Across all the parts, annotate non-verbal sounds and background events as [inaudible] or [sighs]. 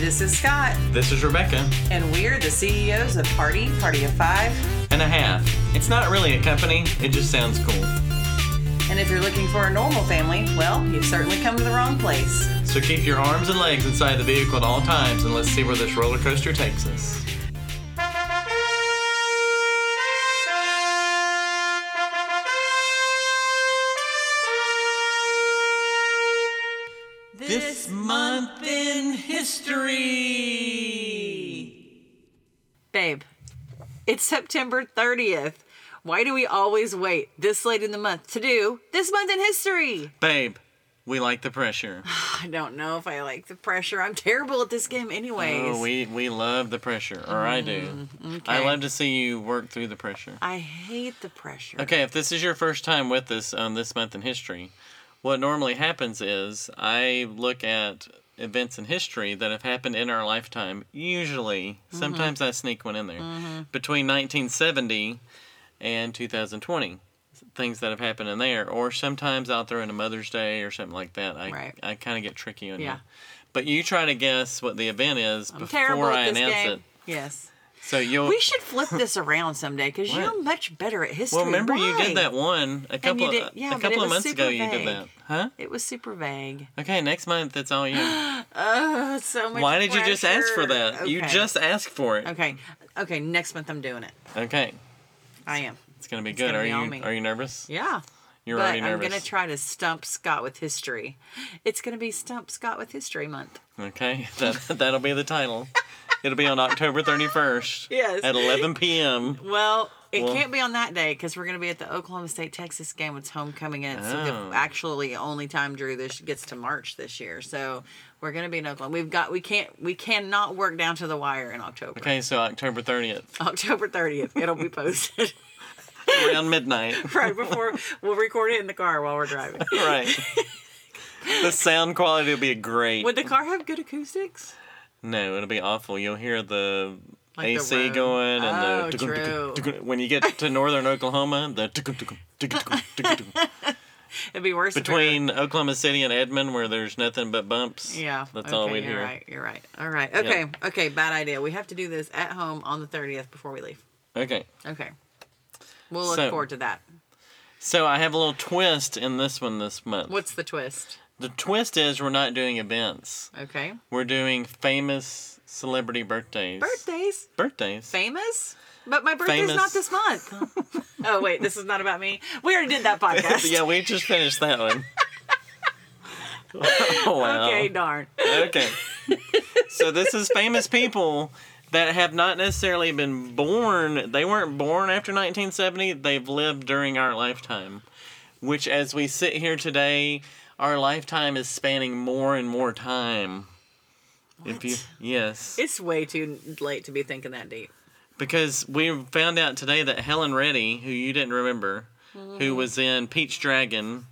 This is Scott, This is Rebecca and we're the CEOs of Party, Party of Five. and a half. It's not really a company, it just sounds cool. And if you're looking for a normal family, well, you've certainly come to the wrong place. So keep your arms and legs inside the vehicle at all times and let's see where this roller coaster takes us. This month in history. Babe, it's September 30th. Why do we always wait this late in the month to do this month in history? Babe, we like the pressure. I don't know if I like the pressure. I'm terrible at this game, anyways. Oh, we we love the pressure, or I do. I okay. love to see you work through the pressure. I hate the pressure. Okay, if this is your first time with us on this month in history, what normally happens is I look at events in history that have happened in our lifetime. Usually, Mm-hmm. sometimes I sneak one in there between 1970 and 2020. Things that have happened in there, or sometimes I'll throw in a Mother's Day or something like that. I Right. I kind of get tricky on Yeah. you, but you try to guess what the event is I'm before terrible I at this announce game. it. Yes. So you'll We should flip this around someday because you're What? much better at history. Well, remember you Why? did that one a couple did- of yeah, a but it couple was of months super ago. You vague. did that, huh? It was super vague. Okay, next month it's [gasps] all you. Oh, [laughs] so much. Why did you just ask for pressure. that? You Okay. just asked for it. Okay, Okay. Okay. Next month I'm doing it. I am. it's gonna be good. gonna are be you on me. are you nervous? Yeah. You're but already I'm nervous. gonna try to stump Scott with history. It's gonna be Stump Scott with History Month. [laughs] okay, that that'll be the title. It'll be on October 31st. Yes. At 11 p.m. Well, it Well- can't be on that day because we're gonna be at the Oklahoma State Texas game. It's homecoming, and it's the Oh. actually only time Drew this gets to March this year. So we're gonna be in Oklahoma. We've got we can't we cannot work down to the wire in October. [laughs] Okay, so October 30th, October 30th, it'll be posted. [laughs] around midnight. right before we'll record it in the car while we're driving. right. The sound quality will be great. Would the car have good acoustics? No, it'll be awful. You'll hear the Like the AC road. going and Oh, the tukum, tukum, true. tukum. when you get to northern Oklahoma, the tukum, tukum, tukum, tukum, tukum, [laughs] tukum. It'd be worse if it were- between Oklahoma City and Edmond, where there's nothing but bumps. Yeah, that's okay, all we'd you're hear. Right, you're right. All right. Okay. Okay. Bad idea. We have to do this at home on the thirtieth before we leave. Okay, Okay. We'll look So- forward to that. so I have a little twist in this one this month. What's the twist? The twist is we're not doing events. Okay. We're doing famous celebrity birthdays. Birthdays. Birthdays. Famous. But my birthday's not Famous. this month. [laughs] oh wait, this is not about me. We already did that podcast. yeah, we just finished [laughs] that one. [laughs] Oh, wow. Okay. Darn. okay. so this is famous people that have not necessarily been born. They weren't born after 1970. They've lived during our lifetime, which, as we sit here today, our lifetime is spanning more and more time. If you yes, It's way too late to be thinking that deep. because we found out today that Helen Reddy, who you didn't remember, who was in Peach Dragon,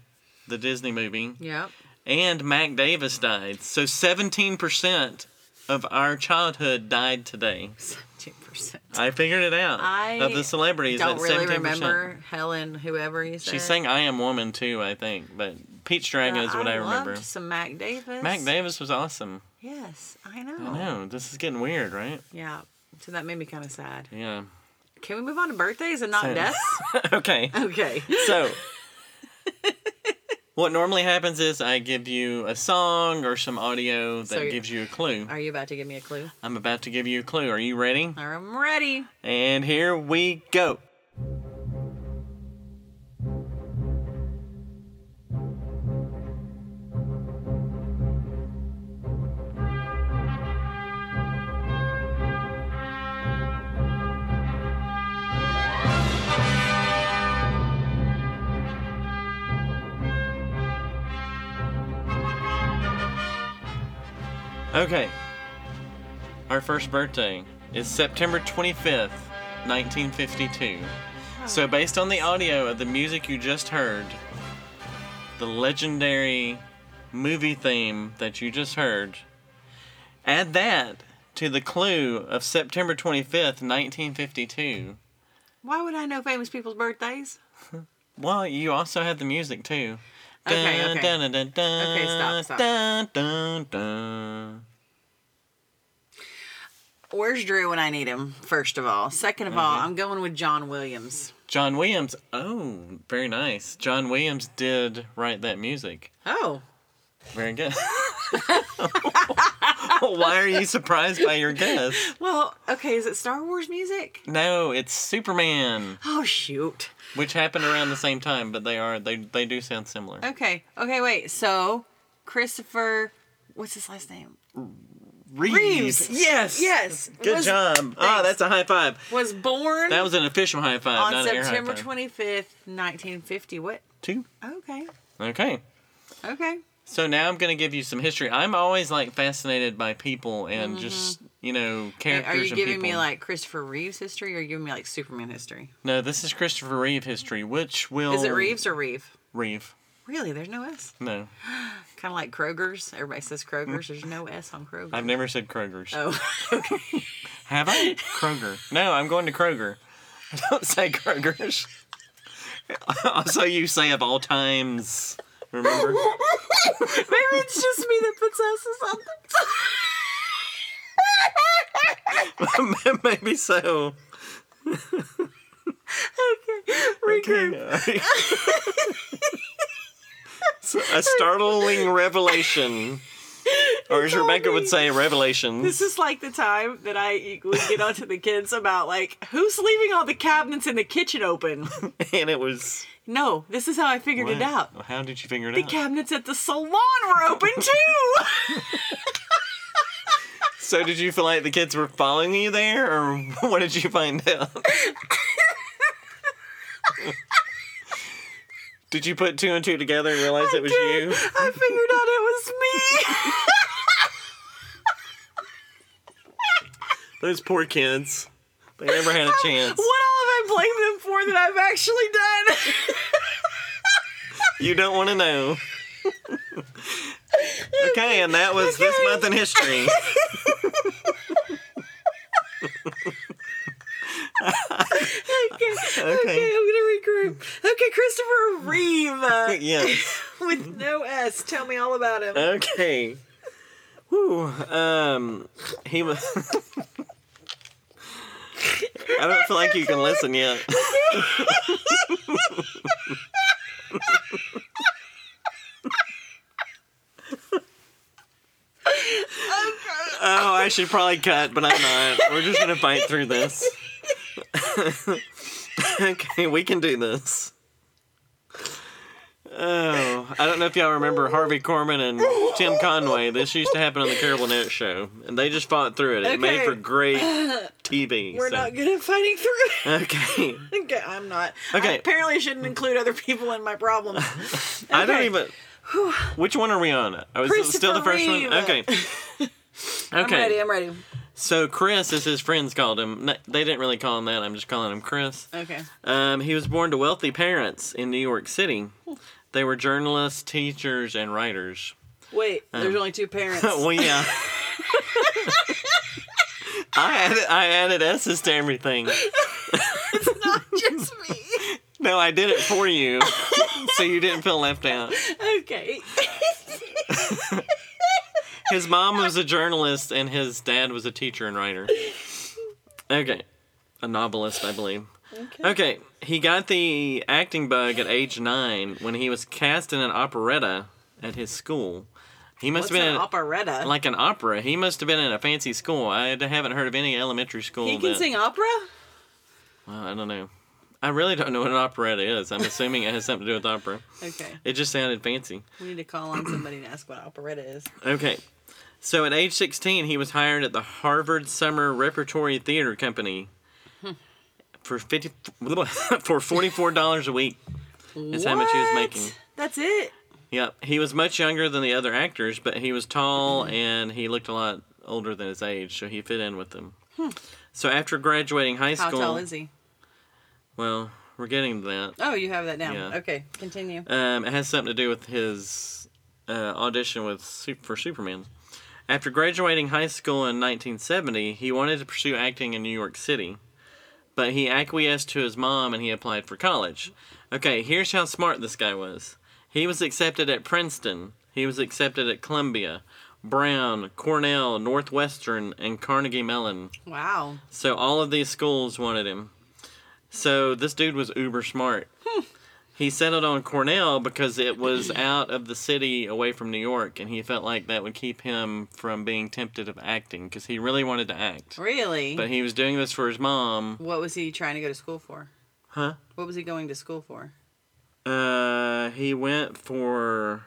the Disney movie, Yep. [laughs] and Mac Davis died. So 17% of our childhood died today. Seventeen percent. I figured it out. I of the celebrities, Don't that's really 17%. remember Helen, whoever you said. She sang I Am Woman too, I think, but Peach Dragon is what I, remember. Loved some Mac Davis. Mac Davis was awesome. Yes, I know. I know, this is getting weird, right? Yeah. So that made me kind of sad. Yeah. Can we move on to birthdays and not Same. deaths? [laughs] [laughs] okay. Okay. So, [laughs] what normally happens is I give you a song or some audio that So- gives you a clue. Are you about to give me a clue? I'm about to give you a clue. Are you ready? I'm ready. And here we go. Okay. Our first birthday is September 25th, 1952. So, based on the audio of the music you just heard, the legendary movie theme that you just heard, add that to the clue of September 25th, 1952. Why would I know famous people's birthdays? Well, you also had the music too. Okay, okay. Dun, dun, dun, Okay, stop, stop. Dun, dun, dun. Where's Drew when I need him? First of all. Second of all, I'm going with John Williams. John Williams. Oh, very nice. John Williams did write that music. Oh, Very good. [laughs] Why are you surprised by your guess? well, okay. Is it Star Wars music? No, it's Superman, Oh shoot. which happened around the same time, but they are they they do sound similar. Okay. Okay. Wait. So Christopher, what's his last name? Reeves. Yes. Yes. Good was, job. Oh, that's a high five. Was born That was an official high five, on Uh, not an air high September five. twenty fifth, nineteen fifty. What? Two. Okay. Okay. Okay. So now I'm going to give you some history. I'm always like fascinated by people and just you know characters. Mm-hmm. Are you and giving me people. like Christopher Reeves history, or are you giving me like Superman history? No, this is Christopher Reeve history, which will Is it Reeves or Reeve? Reeve. Really, there's no S. No, Kind of like Kroger's. Everybody says Kroger's. There's no S on Kroger. I've never said Kroger's. Oh, Have I? Kroger. No, I'm going to Kroger. [laughs] Don't say Kroger's. [laughs] also, you say of all times. Remember? [laughs] [laughs] maybe it's just me that puts S's on Maybe so. the. [laughs] okay. Regroup. uh, [laughs] So, a startling revelation. Or as It's all Rebecca me. would say, revelations. This is like the time that I would get onto the kids about like who's leaving all the cabinets in the kitchen open. [laughs] [laughs] and it was. No, this is how I figured it out. How did you figure it The out? cabinets at the salon were open too. [laughs] so did you feel like the kids were following you there, or [laughs] what did you find out? did you put two and two together and realize it was you? I figured out it was me. [laughs] Those poor kids. They never [laughs] had a chance. what all have I blamed them for that I've actually done? [laughs] You don't want to know. okay, and that was this Okay. month [laughs] in history. okay, okay. Okay. I'm gonna regroup. Okay, Christopher Reeve uh, yes. with no S. Tell me all about him. Okay. Whew. Um, he was. [laughs] I don't feel like you can listen yet. Oh, I should probably cut, but I'm not. We're just gonna fight through this. [laughs] okay, we can do this. Oh, I don't know if y'all remember Harvey Korman and Tim Conway. This used to happen on the Carol Burnett show, and they just fought through it. It made Okay. for great [laughs] TV. We're so- not good at fighting through. [laughs] Okay, [laughs] okay, I'm not. I Okay. apparently shouldn't include other people in my [laughs] problems. I don't Okay. even. Which one are we on? I was still the Christopher first Reeve. one. Okay. [laughs] I'm Okay. ready. I'm ready. So Chris, as his friends called him, n- they didn't really call him that. I'm just calling him Chris. Okay. Um, he was born to wealthy parents in New York City. They were journalists, teachers, and writers. [laughs] Wait, Um. there's only two parents. well, yeah. I added, I added S's to everything. not just me. [laughs] No, I did it for you, so you didn't feel left out. Okay. His mom was a journalist, and his dad was a teacher and writer. Okay, a novelist, I believe. Okay. Okay, he got the acting bug at age nine when he was cast in an operetta at his school. He must What's have been an in- operetta? like an opera. He must have been in a fancy school. I haven't heard of any elementary school. he can that- sing opera? Well, I don't know. I really don't know what an operetta is. I'm assuming it has something to do with opera. Okay. It just sounded fancy. We need to call on somebody and ask what operetta is. Okay. So at age 16, he was hired at the Harvard Summer Repertory Theater Company Hmm. for 50 [laughs] for $44 a week. Is how much he was making. That's it. Yep. He was much younger than the other actors, but he was tall and he looked a lot older than his age, so he fit in with them. So after graduating high Hmm. How school, tall is he? well, we're getting to that. Oh, you have that now. Yeah. Okay, continue. Um, it has something to do with his uh, audition with Su- for Superman. After graduating high school in 1970, he wanted to pursue acting in New York City, but he acquiesced to his mom and he applied for college. Okay, here's how smart this guy was. He was accepted at Princeton. He was accepted at Columbia, Brown, Cornell, Northwestern, and Carnegie Mellon. Wow. So all of these schools wanted him. So this dude was uber smart. he settled on Cornell because it was out of the city, away from New York, and he felt like that would keep him from being tempted of acting because he really wanted to act. Really? But he was doing this for his mom. what was he trying to go to school for? Huh? What was he going to school for? Uh, he went for.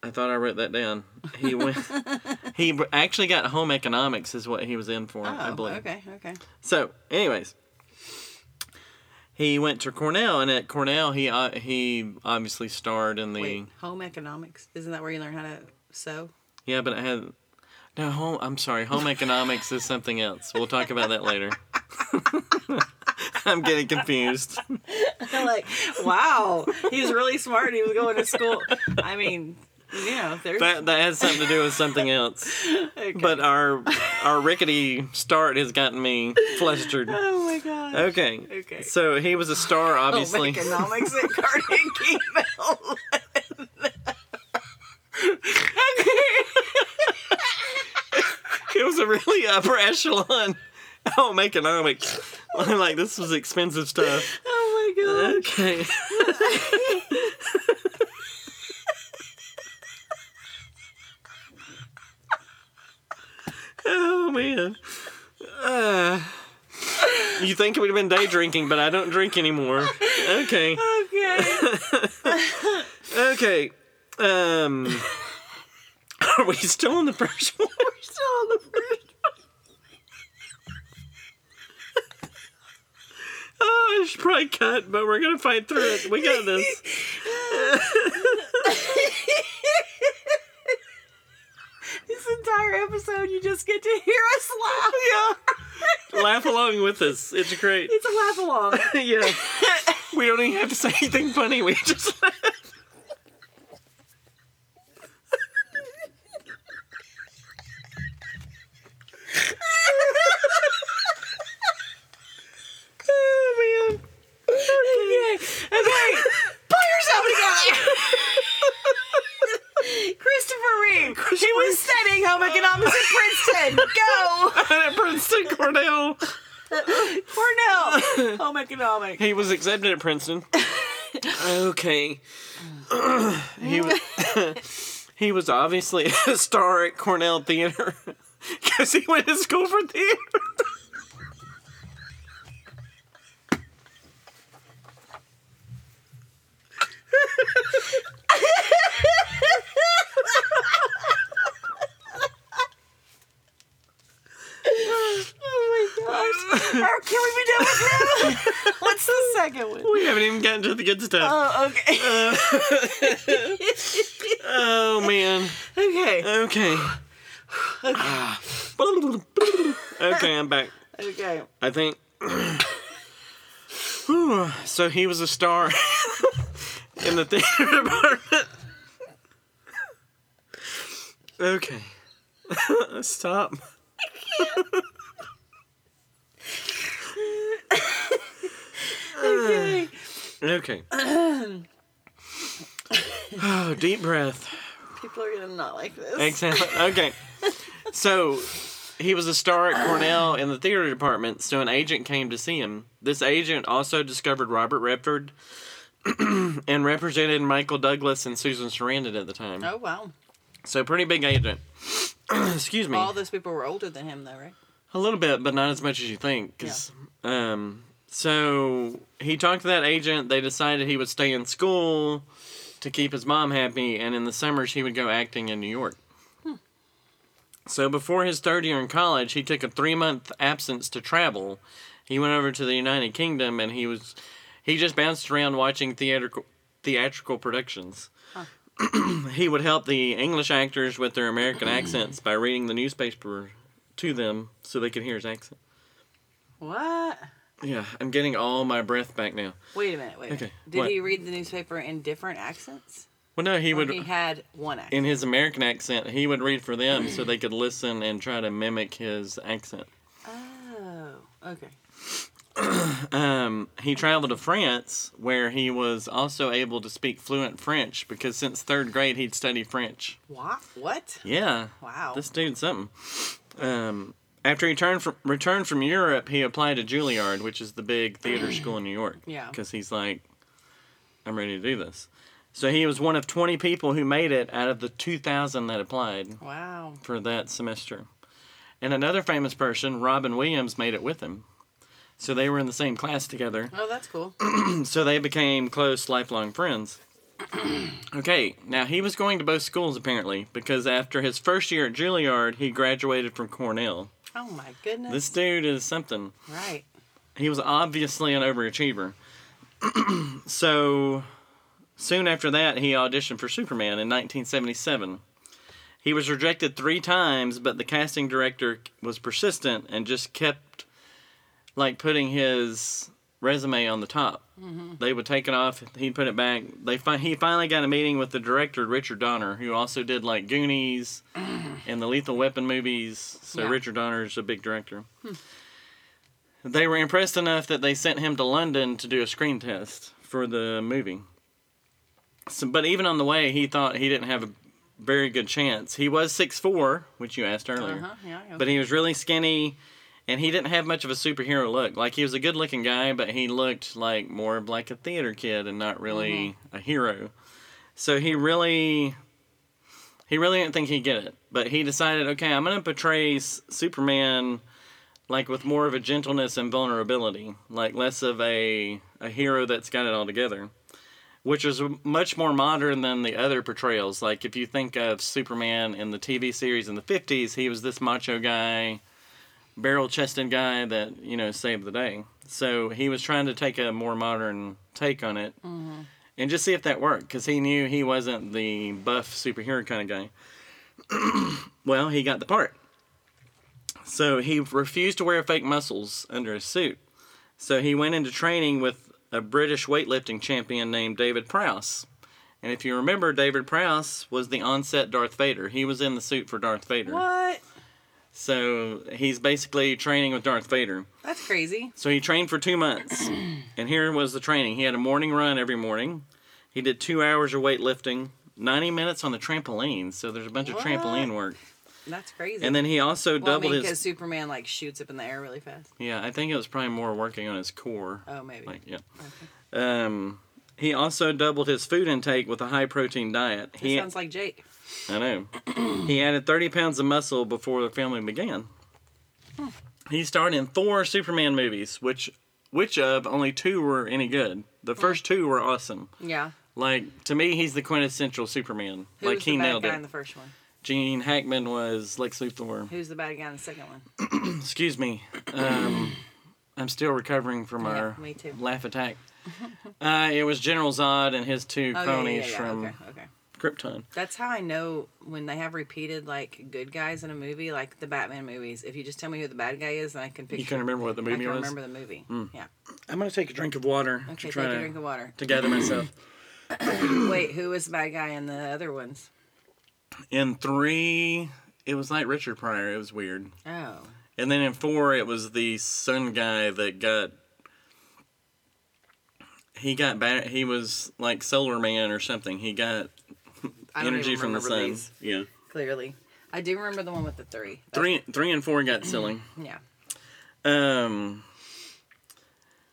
I thought I wrote that down. He went. he br- actually got home economics is what he was in for. I Oh, believe. okay, okay. So, anyways, he went to Cornell, and at Cornell, he uh, he obviously starred in the Wait, home economics. Isn't that where you learn how to sew? yeah, but it had no home. I'm sorry, home economics is something else. We'll talk about that later. [laughs] I'm getting confused. I'm like, [laughs] wow, he was really smart. He was going to school. I mean, you know, there's [laughs] That that has something to do with something else. okay. But our our rickety start has gotten me [laughs] flustered. oh my god. Okay. Okay. Oh, So he was a star, Home obviously. economics at Carnegie Mellon. it was a really upper echelon Oh, home economics. I'm like, this was expensive stuff. Oh my god. Okay. [laughs] oh man. Uh, you think we'd have been day drinking, but I don't drink anymore. Okay. Okay. [laughs] Okay. Um. [laughs] Are we still on the first one? [laughs] We're still on the first. [laughs] Oh, I should probably cut, but we're gonna fight through it. We got this. [laughs] This entire episode, you just get to hear us [laughs] laugh. Laugh along with us. It's great. It's a laugh along. [laughs] yeah. We don't even have to say anything funny. We [laughs] just laugh. oh man. okay. Okay. Pull yourself together. [laughs] Christopher Reeve. He was studying home economics at Princeton. Go. At Princeton Cornell. [laughs] Cornell. Home economics. He was accepted at Princeton. okay. he was [laughs] he was obviously a star at Cornell Theater [laughs] because he went to school for theater. [laughs] Oh my gosh. Oh, Can we be done with him? [laughs] What's the second [laughs] one? We haven't even gotten to the good stuff. Oh, okay. Oh man. okay. [sighs] Okay. Ah. okay, I'm back. Okay. I think. [sighs] Whew. so he was a star [laughs] in the theater department. Okay. [laughs] Stop. Okay. Okay. oh, deep breath. People are gonna not like this. Exhale. Okay. So he was a star at Cornell in the theater department, so an agent came to see him. This agent also discovered Robert Redford [clears throat] and represented Michael Douglas and Susan Sarandon at the time. Oh wow. So pretty big agent. [clears throat] Excuse me. All those people were older than him though, right? A little bit, but not as much as you think. 'cause, um, so he talked to that agent. They decided he would stay in school to keep his mom happy, and in the summers he would go acting in New York. So before his third year in college, he took a three month absence to travel. He went over to the United Kingdom, and he was he just bounced around watching theatrical theatrical productions. he would help the English actors with their American accents by reading the newspaper to them so they could hear his accent. What? Yeah, I'm getting all my breath back now. Wait a minute. Wait. A Okay, minute. Did what? he read the newspaper in different accents? Well, no, he would He had one accent. in his American accent. He would read for them so they could listen and try to mimic his accent. Oh, okay. um, he traveled to France, where he was also able to speak fluent French because since third grade he'd studied French. What? What? Yeah. Wow. This dude's something. Um, after he turned from, returned from Europe, he applied to Juilliard, which is the big theater school in New York. Yeah. Because he's like, I'm ready to do this. So he was one of 20 people who made it out of the 2,000 that applied Wow. for that semester. And another famous person, Robin Williams, made it with him. So they were in the same class together. Oh, that's cool. So they became close, lifelong friends. [clears throat] okay, now he was going to both schools apparently, because after his first year at Juilliard, he graduated from Cornell. Oh my goodness. This dude is something. right. He was obviously an overachiever. [clears throat] so soon after that, he auditioned for Superman in 1977. He was rejected three times, but the casting director was persistent and just kept like putting his resume on the top. They would take it off, he'd put it back. They fi- he finally got a meeting with the director Richard Donner, who also did like Goonies and the Lethal Weapon movies. So Yeah. Richard Donner is a big director. They were impressed enough that they sent him to London to do a screen test for the movie. So, but even on the way, he thought he didn't have a very good chance. He was 6'4, which you asked earlier, Uh huh. Yeah. yeah. but he was really skinny and he didn't have much of a superhero look. Like, he was a good looking guy, but he looked like more of like a theater kid and not really a hero. So he really. He really didn't think he'd get it, but he decided, okay, I'm gonna portray S- Superman like with more of a gentleness and vulnerability, like less of a a hero that's got it all together, which is much more modern than the other portrayals. Like if you think of Superman in the TV series in the 50s, he was this macho guy, barrel-chested guy that, you know, saved the day. So he was trying to take a more modern take on it. And just see if that worked, because he knew he wasn't the buff superhero kind of guy. [clears throat] well, he got the part. So he refused to wear fake muscles under his suit. So he went into training with a British weightlifting champion named David Prowse. And if you remember, David Prowse was the onset Darth Vader. He was in the suit for Darth Vader. what? So he's basically training with Darth Vader. That's crazy. So he trained for two [clears throat] months. and here was the training. He had a morning run every morning. He did two hours of weightlifting, 90 minutes on the trampoline. So there's a bunch of What? trampoline work. That's crazy. And then he also well, I doubled mean, because his. Superman like shoots up in the air really fast. Yeah, I think it was probably more working on his core. Oh, maybe. Like, yeah. Um, he also doubled his food intake with a high protein diet. This He, sounds like Jake. I know. he added 30 pounds of muscle before the filming began. He starred in four Superman movies, which which of only two were any good. The first two were awesome. Yeah. Like to me, he's the quintessential Superman. Who like was he the bad nailed guy it. in the first one? Gene Hackman was Lex Luthor. Who's the bad guy in the second one? Excuse me. Um, I'm still recovering from our me too. laugh attack. Uh, it was General Zod and his two Oh, yeah, yeah, cronies yeah, yeah. from Okay, okay. Krypton. That's how I know when they have repeated like good guys in a movie, like the Batman movies. If you just tell me who the bad guy is, then I can picture. You can remember what the movie I can was. Hmm. remember the movie. Yeah. I'm gonna take a drink of water to Okay, try take to, a drink of water. to gather myself. Wait, who was the bad guy in the other ones? [clears throat] In three, it was like Richard Pryor. It was weird. Oh, And then in four, it was the sun guy that got. He got bad. He was like Solar Man or something. He got I don't energy even from the remember sun. these, Yeah. clearly, I do remember the one with the three. That's- Three, three, and four got silly. [clears throat] Yeah. Um,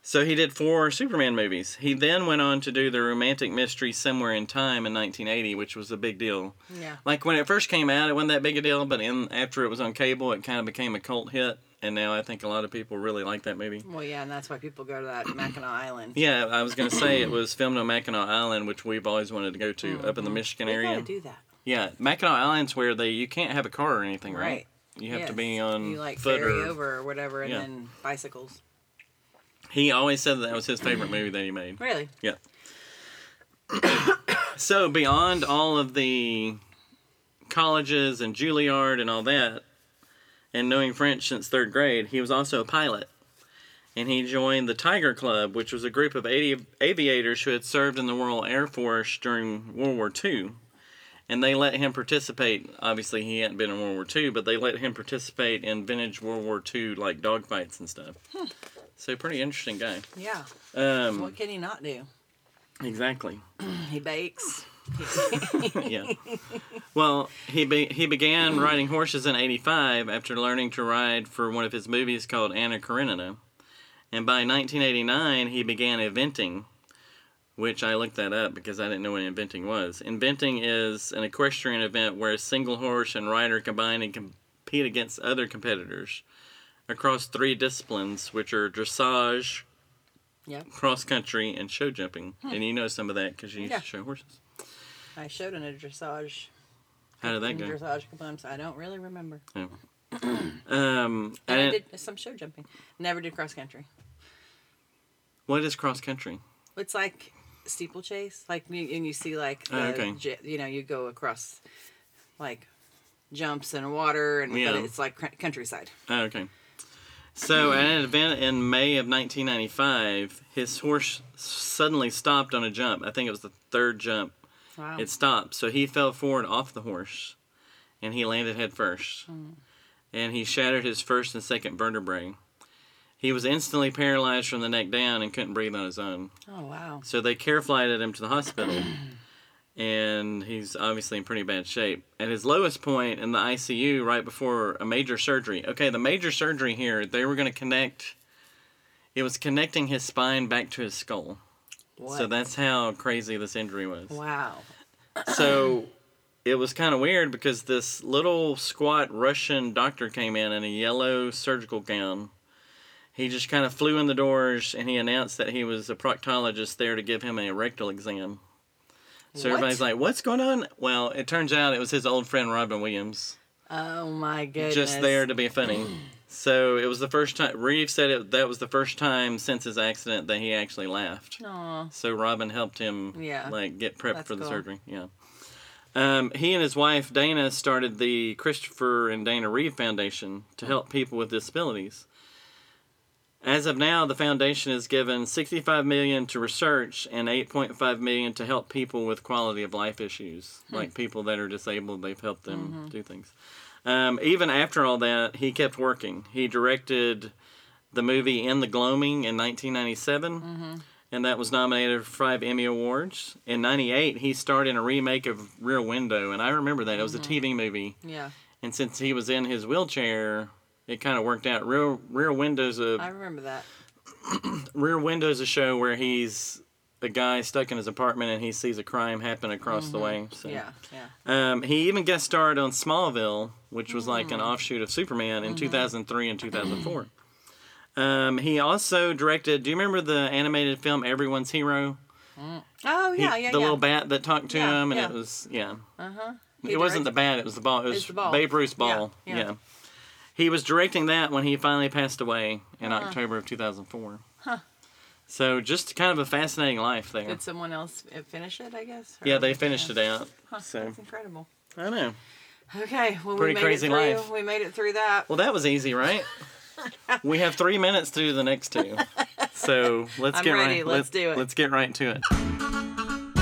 so he did four Superman movies. He then went on to do the romantic mystery Somewhere in Time in 1980, which was a big deal. Yeah. Like when it first came out, it wasn't that big a deal, but in, after it was on cable, it kind of became a cult hit, and now I think a lot of people really like that movie. Well, yeah, and that's why people go to that [clears throat] Mackinac Island. Yeah, I was gonna say it was filmed on Mackinac Island, which we've always wanted to go to up in the Michigan We area. Mm-hmm. gotta do that. yeah, Mackinac Island's where they you can't have a car or anything, right? You have to Yes. be on You like foot ferry or over or whatever, and Yeah. then bicycles. He always said that was his favorite movie that he made. Really? Yeah. [coughs] so beyond all of the colleges and Juilliard and all that, and knowing French since third grade, he was also a pilot. And he joined the Tiger Club, which was a group of 80 aviators who had served in the Royal Air Force during World War II. And they let him participate. Obviously, he hadn't been in World War II, but they let him participate in vintage World War II, like dogfights and stuff. So pretty interesting guy. Yeah. Um, What can he not do? exactly. He bakes. yeah. Well, he be- he began riding horses in '85 after learning to ride for one of his movies called Anna Karenina, and by 1989 he began eventing, which I looked that up because I didn't know what eventing was. Eventing is an equestrian event where a single horse and rider combine and compete against other competitors across three disciplines, which are dressage, Yep. cross country, and show jumping. And you know some of that because you used Hmm. Yeah. to show horses. I showed in a dressage. How did that in go? Dressage components. I don't really remember. Yeah. [clears throat] um, And I and- did some show jumping. Never did cross country. what is cross country? It's like steeplechase, like you- and you see like Oh, the, okay. j- you know you go across like jumps and water and Yeah. but it's like cr- countryside. Oh, okay. So at an event in May of 1995, his horse suddenly stopped on a jump. I think it was the third jump. Wow. It stopped, so he fell forward off the horse, and he landed head first, Hmm. and he shattered his first and second vertebrae. He was instantly paralyzed from the neck down and couldn't breathe on his own. oh wow. So they care flighted him to the hospital, and he's obviously in pretty bad shape. At his lowest point in the ICU, right before a major surgery. Okay, the major surgery here, they were going to connect. It was connecting his spine back to his skull. What? So that's how crazy this injury was. wow. [coughs] So it was kind of weird because this little squat Russian doctor came in in a yellow surgical gown. He just kind of flew in the doors and he announced that he was a proctologist there to give him a rectal exam. So What? everybody's like, "What's going on?" Well, it turns out it was his old friend Robin Williams, Oh my goodness. just there to be [coughs] funny. so it was the first time Reeve said it, that was the first time since his accident that he actually laughed. Aw. So Robin helped him, Yeah. like get prepped That's for the cool. surgery. Yeah. Um, he and his wife Dana started the Christopher and Dana Reeve Foundation to Mm. help people with disabilities. As of now, the foundation has given 65 million to research and 8.5 million to help people with quality of life issues, Hmm. like people that are disabled. They've helped them Mm-hmm. do things. Um, even after all that, he kept working. He directed the movie In the Gloaming in 1997, Mm-hmm. and that was nominated for five Emmy Awards. In 98, he starred in a remake of Rear Window, and I remember that. It was Mm-hmm. a TV movie, Yeah. and since he was in his wheelchair, it kind of worked out. Rear, Rear Window's a I remember that. Rear Window's a show where he's a guy stuck in his apartment and he sees a crime happen across the way. So. Mm-hmm. Yeah. Yeah. Um, he even guest starred on Smallville, which was like Mm-hmm. an offshoot of Superman in 2003 and 2004. um, he also directed. Do you remember the animated film Everyone's Hero? Oh He- yeah, yeah, the yeah. little bat that talked to Yeah, him, and yeah. Uh-huh. it was yeah. He It wasn't the directed- bat; it was the ball. It was the ball. Babe Ruth's Yeah, ball. Yeah, yeah. He was directing that when he finally passed away in Uh-huh. October of 2004. Huh. So just kind of a fascinating life there. Did someone else uh, finish it? I guess. Or- yeah, they finished it out. Huh, So That's incredible. I know. Okay, well Pretty we made crazy it through. life. We made it through that. Well, that was easy, right? we have three minutes to do the next two. So let's [laughs] I'm get ready. right. Let's do it. Let's get right to it.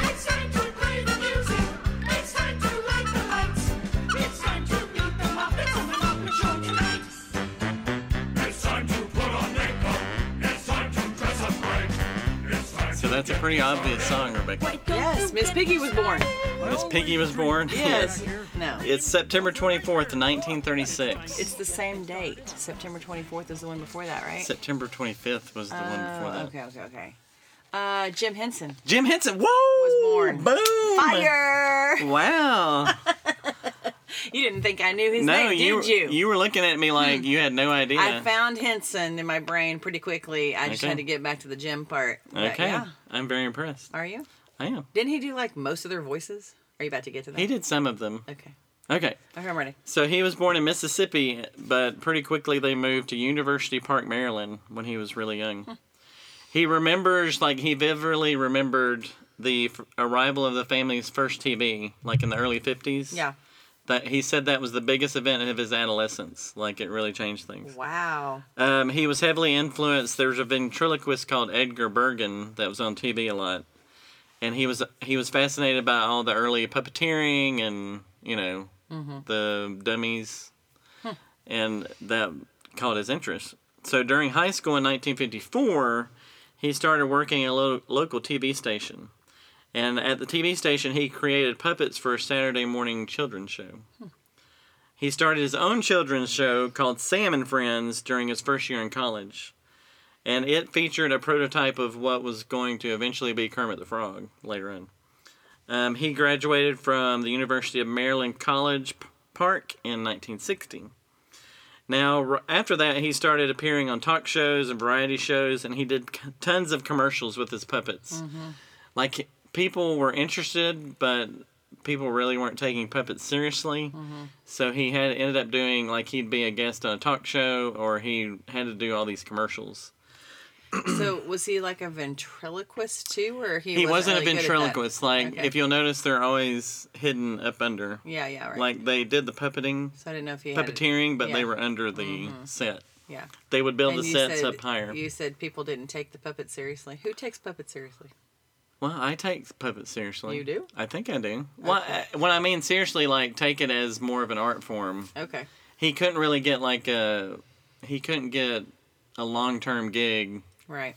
It's time to play the music. It's time to light the lights. It's time to beat the Muppets on the Muppet Show tonight. It's time to put on makeup. It's time to dress up right. It's time So that's a pretty obvious song, Rebecca. Yes, Miss Piggy was born. Miss Piggy was born. Yes. No. It's September 24th, 1936. It's the same date. September 24th is the one before that, right? September 25th was the one before Oh, that. okay, okay, okay. Uh, Jim Henson Jim Henson, whoa! was born. Boom! Fire! [laughs] Wow. You didn't think I knew his No, name, you, did you? Hmm. you were looking at me like you had no idea. I found Henson in my brain pretty quickly. I just Okay. had to get back to the Jim part. But okay. Yeah. I'm very impressed. Are you? I am. Didn't he do like most of their voices? Are you about to get to that? He did some of them. Okay. Okay. Okay, I'm ready. So he was born in Mississippi, but pretty quickly they moved to University Park, Maryland when he was really Hmm. young. he remembers, like, he vividly remembered the f- arrival of the family's first TV, like in the early 50s. Yeah. That he said that was the biggest event of his adolescence. Like, it really changed things. Wow. Um, he was heavily influenced. There's a ventriloquist called Edgar Bergen that was on TV a lot. and he was he was fascinated by all the early puppeteering and you know the dummies, and that caught his interest. So during high school in 1954, he started working at a lo- local TV station, and at the TV station he created puppets for a Saturday morning children's show. He started his own children's show called Sam and Friends during his first year in college and it featured a prototype of what was going to eventually be Kermit the Frog later on. Um, he graduated from the University of Maryland College P- Park in 1960. Now, r- after that, he started appearing on talk shows and variety shows, and he did c- tons of commercials with his puppets. Like, people were interested, but people really weren't taking puppets seriously. So he had ended up doing, like, he'd be a guest on a talk show, or he had to do all these commercials. So was he like a ventriloquist too, or he? he wasn't, a wasn't really good at that? ventriloquist. Like Okay. if you'll notice, they're always hidden up under. Yeah, yeah, right. Like they did the puppeting, so I didn't know if he had- puppeteering, but they yeah. were under the set. yeah. They would build And the you sets said- up higher. You said people didn't take the puppet seriously. Who takes puppets seriously? Well, I take puppets seriously. You do? I think I do. Well, I, when I mean seriously, like take it as more of an art form. Okay. He couldn't really get like a, he couldn't get a long term gig Right.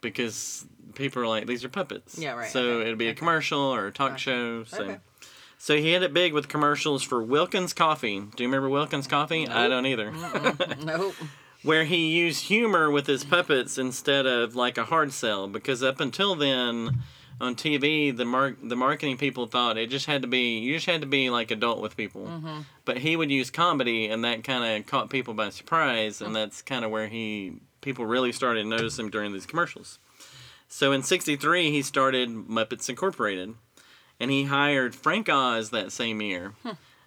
because people are like, these are puppets. Yeah, right, So okay, it'd be a okay. commercial or a talk show. So. Okay. So he hit it big with commercials for Wilkins Coffee. Do you remember Wilkins Coffee? I don't either. Nope. Where he used humor with his puppets instead of like a hard sell, because up until then, on TV, the mar- the marketing people thought it just had to be you just had to be like adult with people. But he would use comedy, and that kind of caught people by surprise, and that's kind of where he people really started to notice him during these commercials. So in '63, he started Muppets Incorporated and he hired Frank Oz that same year.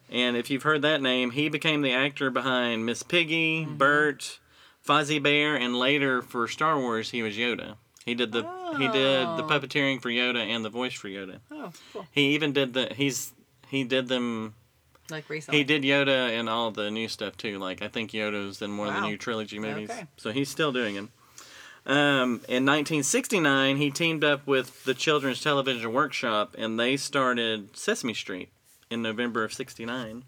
And if you've heard that name, he became the actor behind Miss Piggy, Bert, Fozzie Bear, and later for Star Wars, he was Yoda. He did the he did the puppeteering for Yoda and the voice for Yoda. Oh, cool. He even did the he's he did them Like recently. he did Yoda and all the new stuff too. Like I think Yoda's in one of the Wow. new trilogy movies, Okay. so he's still doing it. Um, in 1969, he teamed up with the Children's Television Workshop, and they started Sesame Street in November of '69.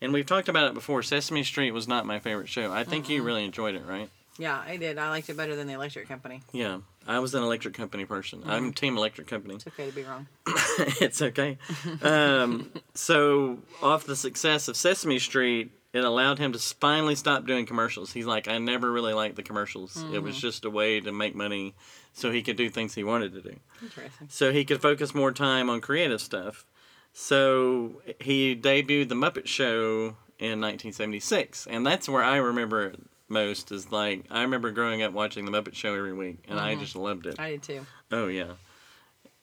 And we've talked about it before. Sesame Street was not my favorite show. I think you really enjoyed it, right? Yeah, I did. I liked it better than the electric company. Yeah, I was an Electric Company person. I'm Team Electric Company. It's okay to be wrong. it's okay. Um, so, off the success of Sesame Street, it allowed him to s- finally stop doing commercials. He's like, I never really liked the commercials. It was just a way to make money so he could do things he wanted to do. Interesting. So, he could focus more time on creative stuff. So, he debuted The Muppet Show in 1976. And that's where I remember it most is like, I remember growing up watching The Muppet Show every week, and I just loved it. I did too. Oh yeah,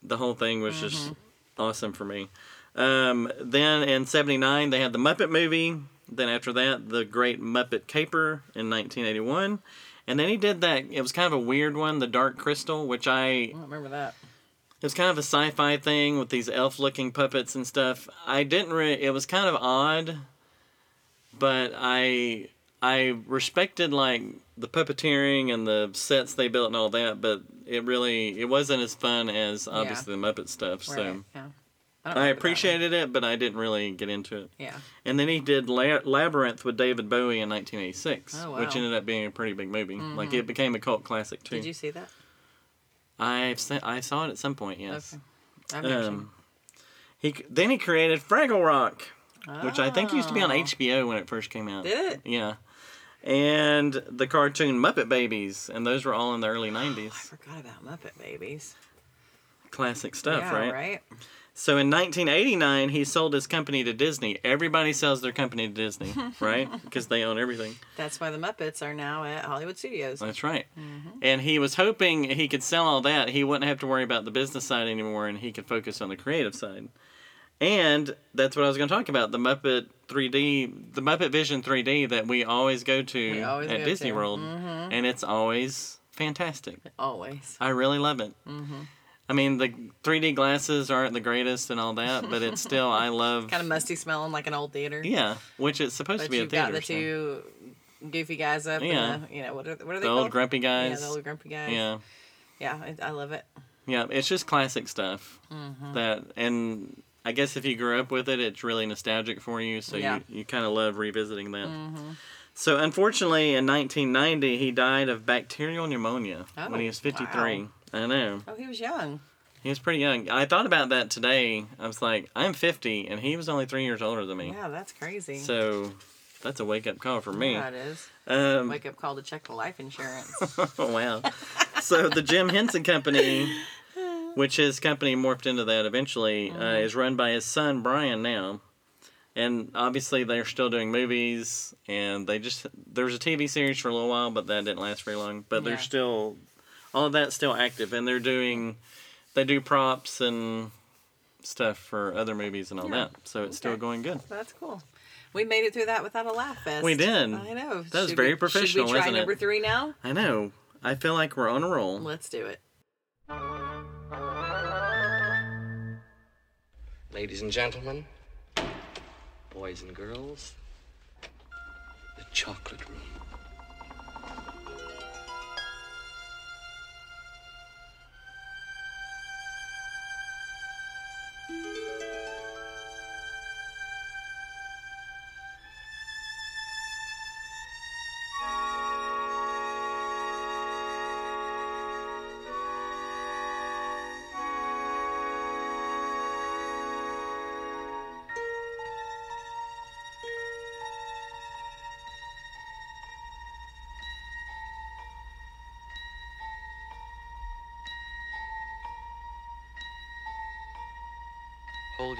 the whole thing was just awesome for me. Um, then in '79 they had the Muppet movie. Then after that, the Great Muppet Caper in 1981, and then he did that. It was kind of a weird one, the Dark Crystal, which I I don't remember that. it was kind of a sci-fi thing with these elf-looking puppets and stuff. I didn't re- it was kind of odd, but I I respected like the puppeteering and the sets they built and all that, but it really it wasn't as fun as obviously the Muppet stuff. So Right. yeah. don't I remember that appreciated it, but I didn't really get into it. one. Yeah. And then he did La- Labyrinth with David Bowie in 1986, Oh, wow. Mm-hmm. which ended up being a pretty big movie. Like it became a cult classic too. Did you see that? I've se- I saw it at some point. Yes. Okay. I've never seen Um, he c- then he created Fraggle Rock, which I think used to be on HBO when it first came out. Ah. Did it? Yeah. And the cartoon Muppet Babies, and those were all in the early '90s. I forgot about Muppet Babies. Classic stuff, yeah, right? So in 1989, he sold his company to Disney. Everybody sells their company to [laughs] Disney, right? Because they own everything. That's why the Muppets are now at Hollywood Studios. That's right. Mm-hmm. And he was hoping he could sell all that. He wouldn't have to worry about the business side anymore and he could focus on the creative side. And that's what I was going to talk about the Muppet 3D, the Muppet Vision 3D that we always go to We always at go Disney to. Mm-hmm. World. And it's always fantastic. Always. I really love it. Mm-hmm. I mean, the 3D glasses aren't the greatest and all that, but [laughs] it's still, I love. Kind of musty smelling like an old theater. Yeah, which it's supposed to But be a you've theater. got the so. two goofy guys up. Yeah. And the, you know, what are, what are The they old called? grumpy guys. Yeah, the old grumpy guys. yeah. Yeah, I, I love it. Yeah, it's just classic stuff. Mm-hmm. That and I guess if you grew up with it, it's really nostalgic for you. So Yeah. Mm-hmm. you, you kind of love revisiting that. So unfortunately, in 1990, he died of bacterial pneumonia Oh, when he was 53. I know Oh, he was young. he was pretty young. I thought about that today. I was like, I'm 50, and he was only three years older than me. Yeah, that's crazy. So that's a wake up call for me. yeah, it is. Um, Wake up call to check the life insurance. Oh wow. so the Jim Henson Company, which his company morphed into that eventually, Uh-huh. uh, is run by his son Brian now. And obviously they're still doing movies and they just there was a TV series for a little while, but that didn't last very long. But Yeah. they're still all of that's still active and they're doing they do props and stuff for other movies and all Yeah. that. So it's still Okay. going good. [laughs] That's cool. We made it through that without a laugh fest. We did. I know. That was Should very we- professional, Should we try wasn't it? number three now? I know. I feel like we're on a roll. Let's do it. Ladies and gentlemen, boys and girls, the chocolate room. Hold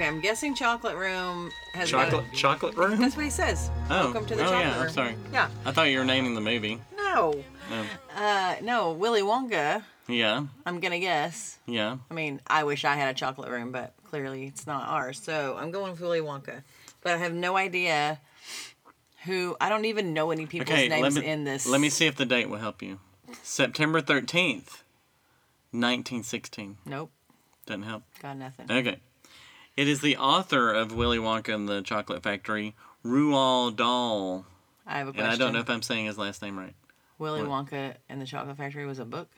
Okay, I'm guessing Chocolate Room has got a- Chocolate chocolate room? [laughs] that's what he says. Oh. Welcome to the Oh, chocolate yeah, I'm room. sorry. Yeah. I thought you were naming the movie. No. Oh. Uh, no, Willy Wonka. Yeah, I'm gonna guess. yeah. I mean, I wish I had a chocolate room, but clearly it's not ours. So I'm going with Willy Wonka, but I have no idea who. I don't even know any people's Okay, let names me in this. let me see if the date will help you. September thirteenth, nineteen sixteen. Nope, Doesn't help. got nothing. Okay, it is the author of Willy Wonka and the Chocolate Factory, Ruald Dahl, I have a and question. I don't know if I'm saying his last name right. Willy Wonka and the Chocolate Factory was a book.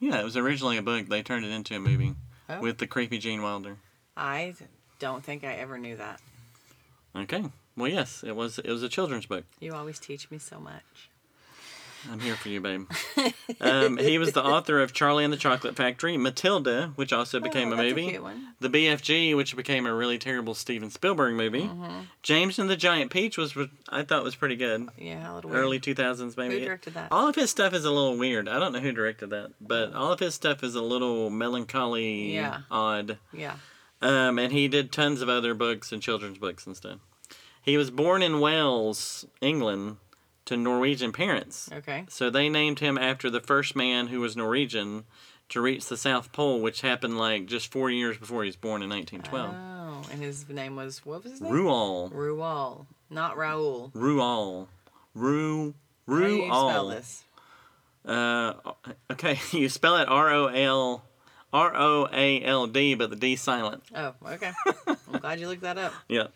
Yeah, it was originally a book. They turned it into a movie Oh. with the creepy Gene Wilder. I don't think I ever knew that. Okay. Well, yes, it was. It was a children's book. You always teach me so much. I'm here for you, babe. [laughs] um, he was the author of Charlie and the Chocolate Factory, Matilda, which also became Oh, a that's a movie, cute one. The BFG, which became a really terrible Steven Spielberg movie, Mm-hmm. James and the Giant Peach was was- I thought was pretty good. Yeah, a little weird. Early 2000s, maybe. Who directed that? Oh. All of his stuff is a little weird. I don't know who directed that, but all of his stuff is a little melancholy, Yeah. odd. Yeah. Um, and he did tons of other books and children's books and stuff. He was born in Wales, England, to Norwegian parents. Okay. So they named him after the first man who was Norwegian to reach the South Pole, which happened like just four years before he was born in 1912. Oh, and his name was what was his name? Rual. Rual, not Raoul. Rual. Ru. How do you spell Rual. this? Uh, okay, [laughs] you spell it R O L R O A L D, but the D silent. Oh, [laughs] okay. I'm glad you looked that up. Yeah.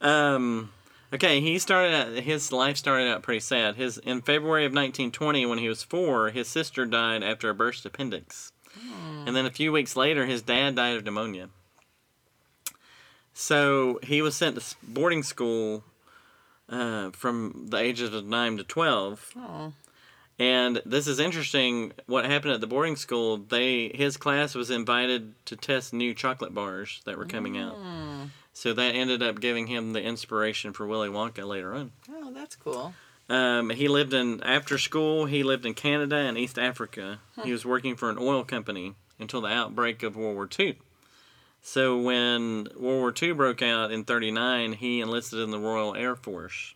Um, okay, he started out, his life started out pretty sad. His in February of 1920, when he was four, his sister died after a burst appendix, and then a few weeks later, his dad died of pneumonia. So he was sent to s- boarding school uh, from the ages of nine to twelve. And this is interesting. What happened at the boarding school? They his class was invited to test new chocolate bars that were coming out. So that ended up giving him the inspiration for Willy Wonka later on. Oh, that's cool. Um, he lived in after school. He lived in Canada and East Africa. He was working for an oil company until the outbreak of World War II. So when World War II broke out in '39, he enlisted in the Royal Air Force,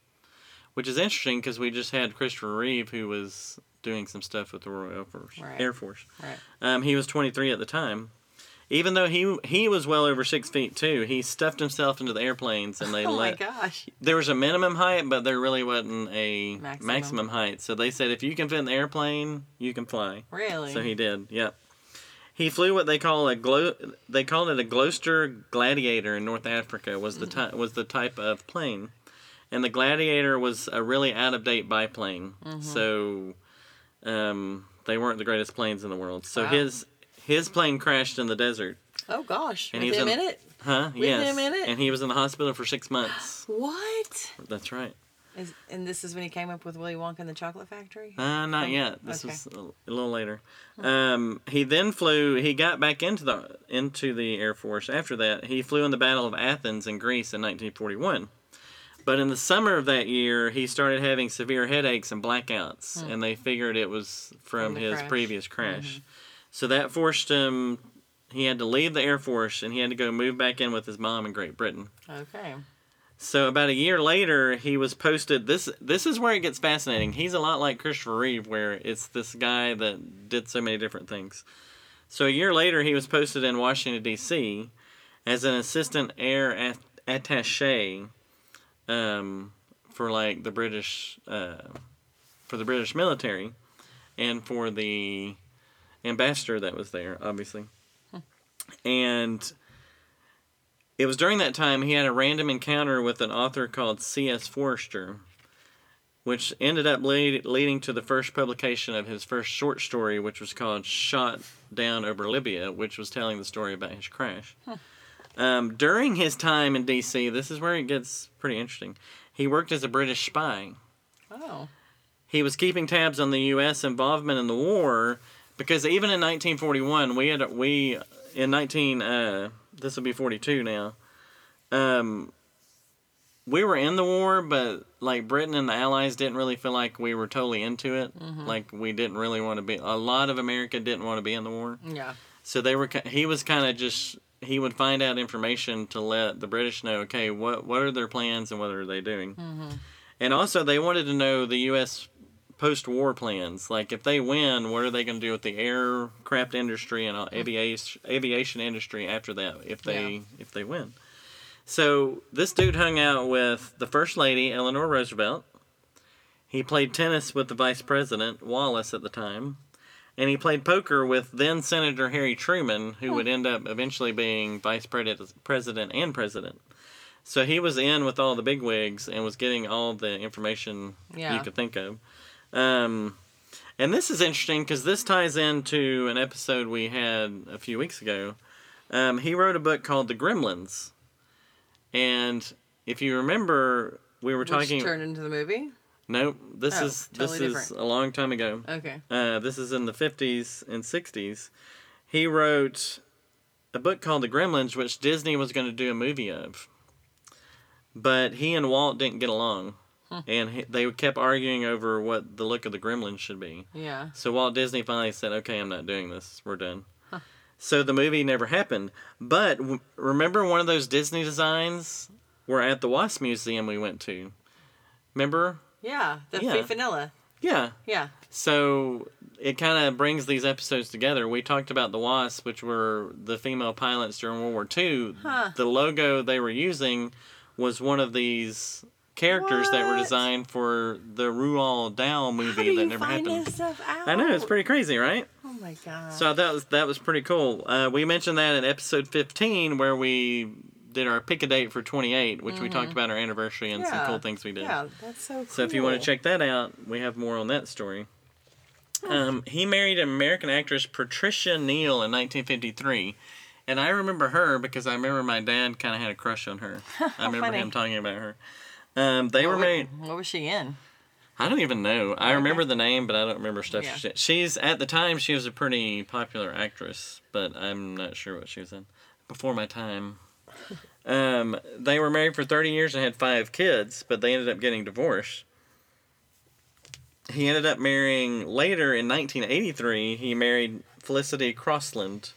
which is interesting because we just had Christopher Reeve who was doing some stuff with the Royal Air Force. Right. Air Force. Right. Um, he was 23 at the time. Even though he he was well over six feet too, he stuffed himself into the airplanes and they [laughs] Oh my let gosh. there was a minimum height, but there really wasn't a Maximum. maximum, height. So they said if you can fit in the airplane, you can fly. Really? So he did. Yep. He flew what they call a glo- they called it a Gloster Gladiator in North Africa was the Mm. ty- was the type of plane, and the Gladiator was a really out of date biplane. Mm-hmm. So, um, they weren't the greatest planes in the world. So Wow. his his plane crashed in the desert. oh gosh. With And he's him in in- it? Huh? With yes. him in it? And he was in the hospital for six months. What? That's right. Is, and this is when he came up with Willy Wonka and the Chocolate Factory? Uh, not yet. This Oh, okay. Oh. was a l- a little later. Um, he then flew. He got back into the into the Air Force after that. He flew in the Battle of Athens in Greece in 1941. But in the summer of that year, he started having severe headaches and blackouts, and they figured it was from, Hmm. the his crash. Mm-hmm. previous crash. So that forced him. He had to leave the Air Force, and he had to go move back in with his mom in Great Britain. [laughs] Okay. So about a year later, he was posted. This this is where it gets fascinating. He's a lot like Christopher Reeve, where it's this guy that did so many different things. So a year later, he was posted in Washington D.C. as an assistant air at- attaché um, for like the British uh, for the British military and for the ambassador that was there, obviously. And it was during that time he had a random encounter with an author called C.S. Forrester, which ended up lead, leading to the first publication of his first short story, which was called Shot Down Over Libya, which was telling the story about his crash. Um, during his time in D.C., this is where it gets pretty interesting. He worked as a British spy Oh. he was keeping tabs on the U.S. involvement in the war because even in 1941, we had we in 19 uh, this will be 42 now. Um, we were in the war, but like Britain and the Allies didn't really feel like we were totally into it. Like we didn't really want to be. A lot of America didn't want to be in the war. Yeah. So they were. ki- He was kind of just. He would find out information to let the British know. Okay, what what are their plans and what are they doing? And also, they wanted to know the U.S. post-war plans. Like, if they win, what are they going to do with the aircraft industry and aviation aviation industry after that? If they Yeah. if they win. So this dude hung out with the first lady, Eleanor Roosevelt. He played tennis with the vice president Wallace at the time, and he played poker with then Senator Harry Truman, who would end up eventually being vice pred- president and president. So he was in with all the bigwigs and was getting all the information Yeah. you could think of. Um, and this is interesting because this ties into an episode we had a few weeks ago. Um, he wrote a book called The Gremlins. And if you remember, we were talking. Which turned into the movie? Nope. This Oh, is totally this is different. Oh. a long time ago. Okay. Uh, this is in the 50s and 60s. He wrote a book called The Gremlins, which Disney was going to do a movie of. But he and Walt didn't get along. And he, they kept arguing over what the look of the gremlins should be. Yeah. So Walt Disney finally said, okay, I'm not doing this. We're done. So the movie never happened. But w- remember one of those Disney designs were at the Wasp Museum we went to? Remember? Yeah. The Yeah. Fee Vanilla. Yeah. Yeah. So it kind of brings these episodes together. We talked about the Wasp, which were the female pilots during World War II. The logo they were using was one of these characters that were What? designed for the Rual Dow How movie do that you never find happened. this stuff out? I know it's pretty crazy, right? Oh my god. So that was that was pretty cool. Uh, we mentioned that in episode 15 where we did our pick a date for 28, which we talked about our anniversary and some Mm-hmm. Yeah. cool things we did. Yeah, that's so cool. So if you want to check that out, we have more on that story. Um, he married an American actress Patricia Neal in 1953, and I remember her because I remember my dad kind of had a crush on her. I remember funny. him talking about her. Um, they were what, married. what was she in? I don't even know. I remember the name, but I don't remember stuff. Yeah. She did. She's at the time she was a pretty popular actress, but I'm not sure what she was in. Before my time. Um, they were married for 30 years and had five kids, but they ended up getting divorced. He ended up marrying later in 1983. He married Felicity Crossland,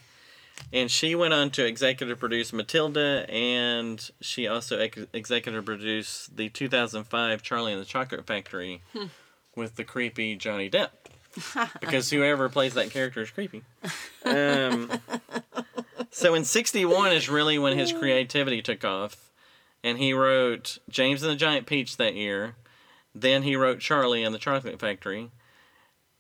and she went on to executive produce Matilda, and she also ex- executive produced the 2005 Charlie and the Chocolate Factory with the creepy Johnny [laughs] Depp. because whoever plays that character is creepy. Um, So in 61 is really when his creativity took off. And he wrote James and the Giant Peach that year. Then he wrote Charlie and the Chocolate Factory,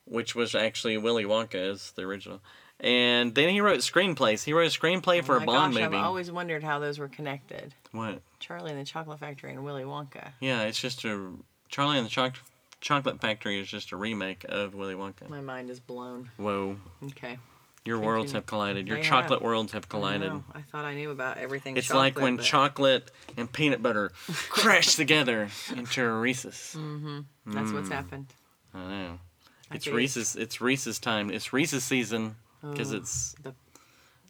which was actually Willy Wonka as the original. And then he wrote screenplays. He wrote a screenplay for a Oh My Bond gosh, movie. I've always wondered how those were connected. What? Charlie and the Chocolate Factory and Willy Wonka. Yeah, it's just a Charlie and the Choc- Chocolate Factory is just a remake of Willy Wonka. My mind is blown. Whoa, Okay. your worlds have collided. Your They have. chocolate worlds have collided. Wow, I thought I knew about everything. It's chocolate, like when but- chocolate and peanut [laughs] butter crash together into a Reese's. Mm. That's what's happened. I know. It's could eat- Reese's. It's Reese's time. It's Reese's season because Oh, it's the-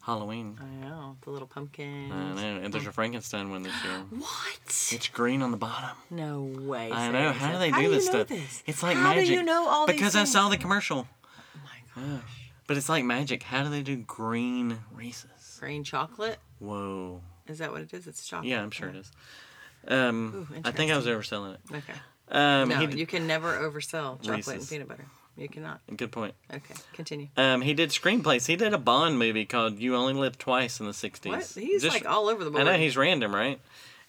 Halloween. I know the little pumpkin. I know. And there's a Frankenstein one this year. What? It's green on the bottom. No way. I know. How do seriously. they do you this know stuff? this? It's like How do magic. you know all these because I things? saw the commercial. Oh my gosh. But it's like magic. How do they do green Reese's? Green chocolate? Whoa. Is that what it is? It's chocolate. Yeah, I'm sure it is. Um, Ooh, I think I was overselling it. Okay. Um, No, he did- you can never oversell chocolate and Reese's. peanut butter. You cannot. good point. Okay, continue. Um, he did screenplays. He did a Bond movie called You Only Live Twice in the 60s. What? He's Just- like all over the board. I know, he's random, right?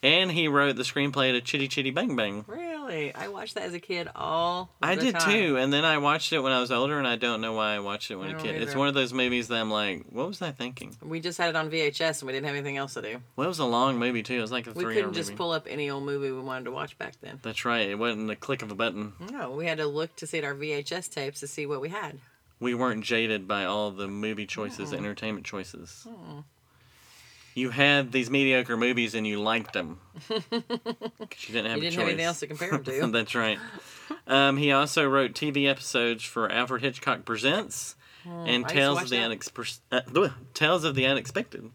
And he wrote the screenplay to Chitty Chitty Bang Bang. Really? I watched that as a kid all I the did time. too, and then I watched it when I was older, and I don't know why I watched it when I a don't kid. It's either. one of those movies that I'm like, what was I thinking? We just had it on VHS and we didn't have anything else to do. Well, it was a long movie too. It was like a We three-hour couldn't movie. just pull up any old movie we wanted to watch back then. That's right. It wasn't the click of a button. No, we had to look to see at our VHS tapes to see what we had. We weren't jaded by all the movie choices, entertainment choices. You had these mediocre movies, and you liked [laughs] them. 'Cause you didn't have You a didn't choice. have anything else to compare [laughs] them to. That's right. [laughs] Um, he also wrote TV episodes for Alfred Hitchcock Presents and Hmm, I used to Tales of watch the that. Hmm. Unex- uh, bleh, Tales of the Unexpected.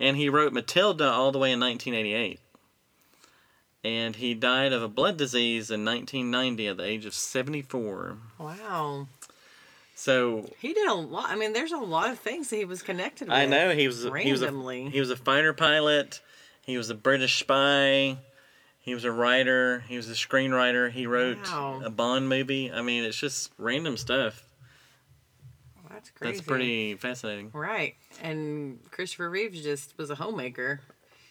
And he wrote Matilda all the way in 1988. And he died of a blood disease in 1990 at the age of 74. Wow. So He did a lot. I mean, there's a lot of things that he was connected with. I know he was he was a, randomly. he was a fighter pilot. He was a British spy. He was a writer. He was a screenwriter. He wrote Wow. a Bond movie. I mean, it's just random stuff. That's crazy. That's pretty fascinating. Right. And Christopher Reeves just was a homemaker.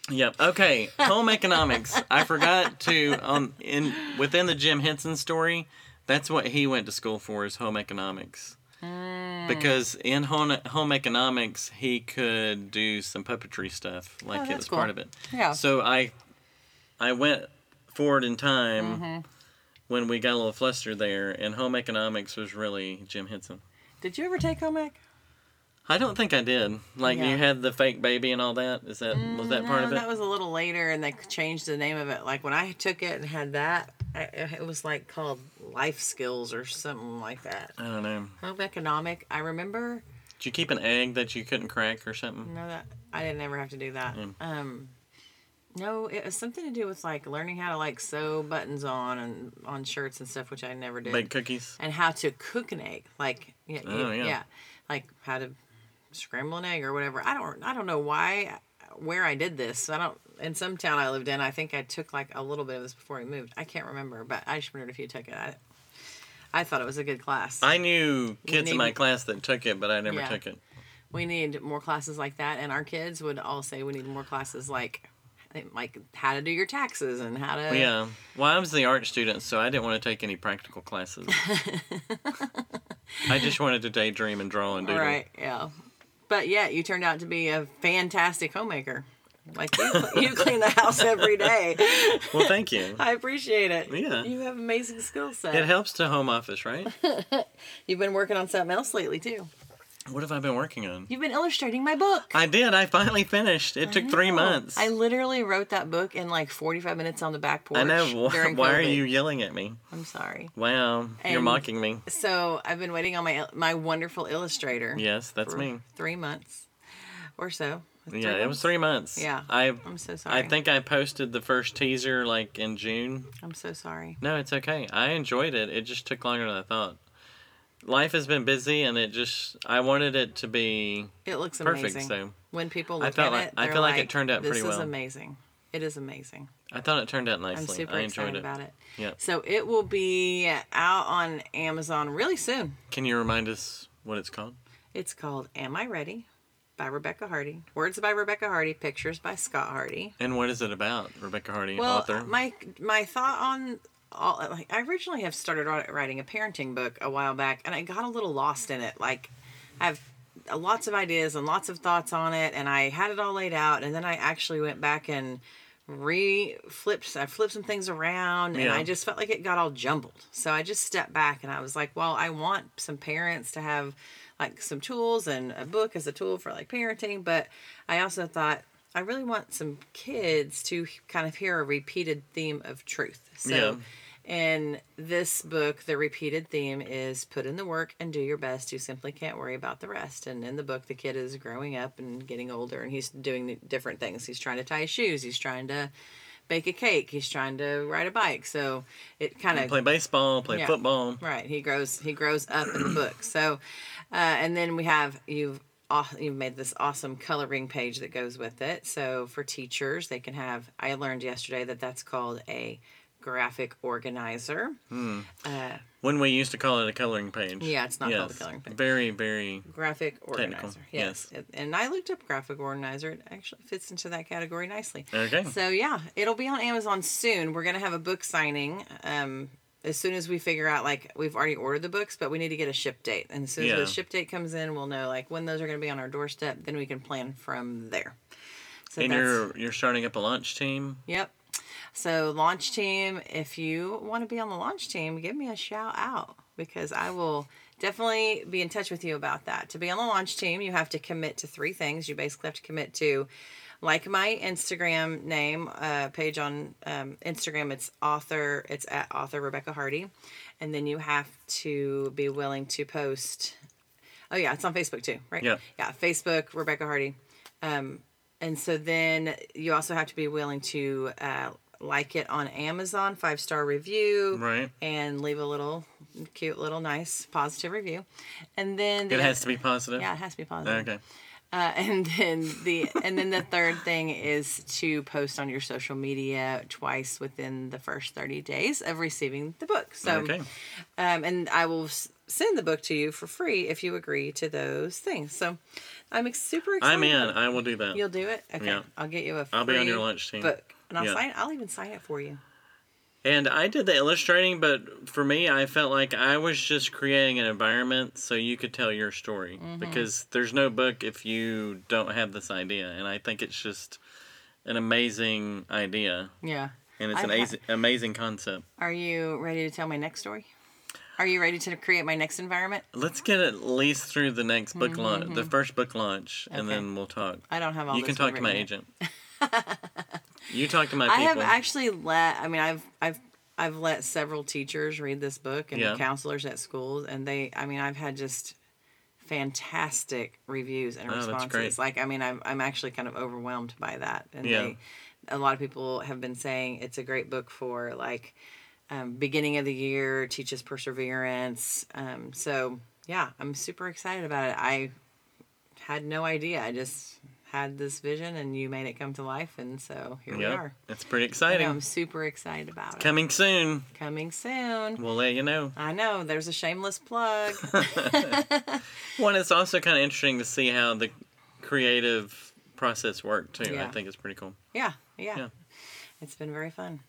Yep. Okay. Home economics. I forgot to um in within the Jim Henson story, that's what he went to school for is home economics. Ah. Because in home, home economics, he could do some puppetry stuff, like it Oh, that's was part cool. of it. Yeah. So I, I went forward in time Mm-hmm. when we got a little flustered there, and home economics was really Jim Henson. Did you ever take home ec? I don't think I did. Like Yeah. Mm, you had the fake baby and all that. Is that was that part No, of it? that was a little later, and they changed the name of it. Like when I took it and had that, I, it was like called life skills or something like that. I don't know. Home economic. I remember. Did you keep an egg that you couldn't crack or something? No, that I didn't ever have to do that. Mm. Um, no, it was something to do with like learning how to like sew buttons on and on shirts and stuff, which I never did. Bake cookies? and how to cook an egg, like yeah, Oh, yeah. yeah. like how to scramble an egg or whatever. I don't, I don't know why, where I did this. I don't. In some town I lived in, I think I took like a little bit of this before we moved. I can't remember, but I just wondered if you took it. I, I thought it was a good class. I knew kids in need- my class that took it, but I never Yeah. took it. we need more classes like that, and our kids would all say we need more classes like, like how to do your taxes and how to. Yeah. Well, I was the art student, so I didn't want to take any practical [laughs] classes. I just wanted to daydream and draw and doodle. Right. Yeah. But yeah, you turned out to be a fantastic homemaker. [laughs] Like you, you clean the house every day. Well, thank [laughs] you. I appreciate it. Yeah. You have amazing skill set. It helps to home office, [laughs] right? You've been working on something else lately too. What have I been working on? You've been illustrating my book. I did. I finally finished. It took three months. I literally wrote that book in like 45 minutes on the back porch. I know. Why, [laughs] during why are COVID. you yelling at me? I'm sorry. Wow. You're And- mocking me. So I've been waiting on my my wonderful illustrator. Yes, that's for me. Three months, or so. Three Yeah, it was months? three months. Yeah. I I'm so sorry. I think I posted the first teaser like in June. I'm so sorry. No, it's okay. I enjoyed it. It just took longer than I thought. Life has been busy, and it just I wanted it to be It looks perfect. amazing. So when people I look felt at like- it, I they're feel like it turned out this pretty is well." amazing. It is amazing. I thought it turned out I'm nicely. super I excited enjoyed it. about it. Yeah. So it will be out on Amazon really soon. Can you remind us what it's called? It's called Am I Ready? by Rebecca Hardy. Words by Rebecca Hardy. Pictures by Scott Hardy. And what is it about? Rebecca Hardy, Well, uh, author. my my thought on all like I originally have started wri- writing a parenting book a while back, and I got a little lost in it. Like I have lots of ideas and lots of thoughts on it, and I had it all laid out, and then I actually went back and re flipped I flipped some things around, and Yeah. I just felt like it got all jumbled. So I just stepped back, and I was like, well, I want some parents to have like some tools and a book as a tool for like parenting, but I also thought I really want some kids to kind of hear a repeated theme of truth. So in this book, the repeated theme is put in the work and do your best. You simply can't worry about the rest. And in the book, the kid is growing up and getting older and he's doing different things. He's trying to tie his shoes, he's trying to bake a cake, he's trying to ride a bike. So it kind of play baseball, play Yeah. football. Right. He grows. He grows up in the book. So, uh, and then we have you've aw- you've made this awesome coloring page that goes with it. So for teachers, they can have. I learned yesterday that that's called a graphic organizer. When we used to call it a coloring page. Yeah, it's not called a coloring page. Very, very. Graphic organizer. Technical, Yes. It- And I looked up graphic organizer. It actually fits into that category nicely. Okay. So yeah, it'll be on Amazon soon. We're gonna have a book signing. Um, as soon as we figure out, like we've already ordered the books, but we need to get a ship date. And as soon Yeah. as the ship date comes in, we'll know like when those are gonna be on our doorstep. Then we can plan from there. So and you're you're starting up a launch team. Yep. So launch team, if you want to be on the launch team, give me a shout out because I will definitely be in touch with you about that. To be on the launch team, you have to commit to three things. You basically have to commit to like my Instagram name uh, page on um, Instagram. It's author. It's at author Rebecca Hardy, and then you have to be willing to post. Oh yeah, it's on Facebook too, right? Yeah. Yeah, Facebook Rebecca Hardy. And so then you also have to be willing to uh, like it on Amazon, five star review, Right. and leave a little cute, little nice positive review. And then the It has to be positive. yeah, it has to be positive. Okay. Uh, and then the and then the third thing is to post on your social media twice within the first thirty days of receiving the book. So okay. um, and I will s- send the book to you for free if you agree to those things. So I'm ex- super excited. I'm in. I will do that. You'll do it. Okay, Yeah. I'll get you a. Free I'll be on your lunch team. book, and I'll Yeah. sign. I'll even sign it for you. And I did the illustrating, but for me, I felt like I was just creating an environment so you could tell your story Mm-hmm. because there's no book if you don't have this idea, and I think it's just an amazing idea Yeah. and it's I've an ha- az- amazing concept. Are you ready to tell my next story? Are you ready to create my next environment? Let's get at least through the next book launch, the first book launch, and Mm-hmm, Okay. then we'll talk. I don't have all. You this can talk to written my yet. [laughs] agent. you talk to my I have people. actually let. I mean, I've I've I've let several teachers read this book and Yeah. counselors at schools, and they. I mean, I've had just fantastic reviews and Oh, that's responses. great. Like, I mean, I'm I'm actually kind of overwhelmed by that, and Yeah. they, a lot of people have been saying it's a great book for like um, beginning of the year teaches perseverance. Um, so yeah, I'm super excited about it. I had no idea. I just had this vision and you made it come to life and so here we Yep. are. It's pretty I know, exciting. I'm super excited about it. Coming soon. Coming soon. We'll let you know. I know there's a shameless plug. One, it's also kind of interesting to see how the creative process worked too. I Yeah. think it's pretty cool. yeah, yeah, Yeah. It's been very fun.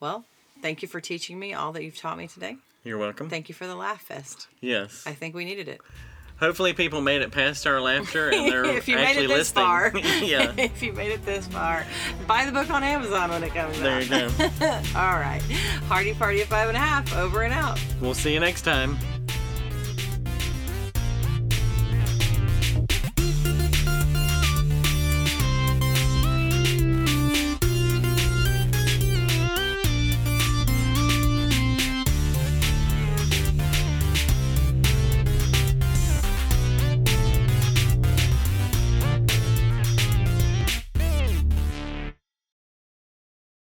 Well, thank you for teaching me all that you've taught me today. You're welcome. Thank you for the laugh fest. yes. I think we needed it. [laughs] Hopefully, people made it past our laughter and they're If you made it actually this listening. far. [laughs] yeah. if you made it this far, buy the book on Amazon when it comes There out. [laughs] you go. All right. Hardy Party at five and a half, over and out. We'll see you next time.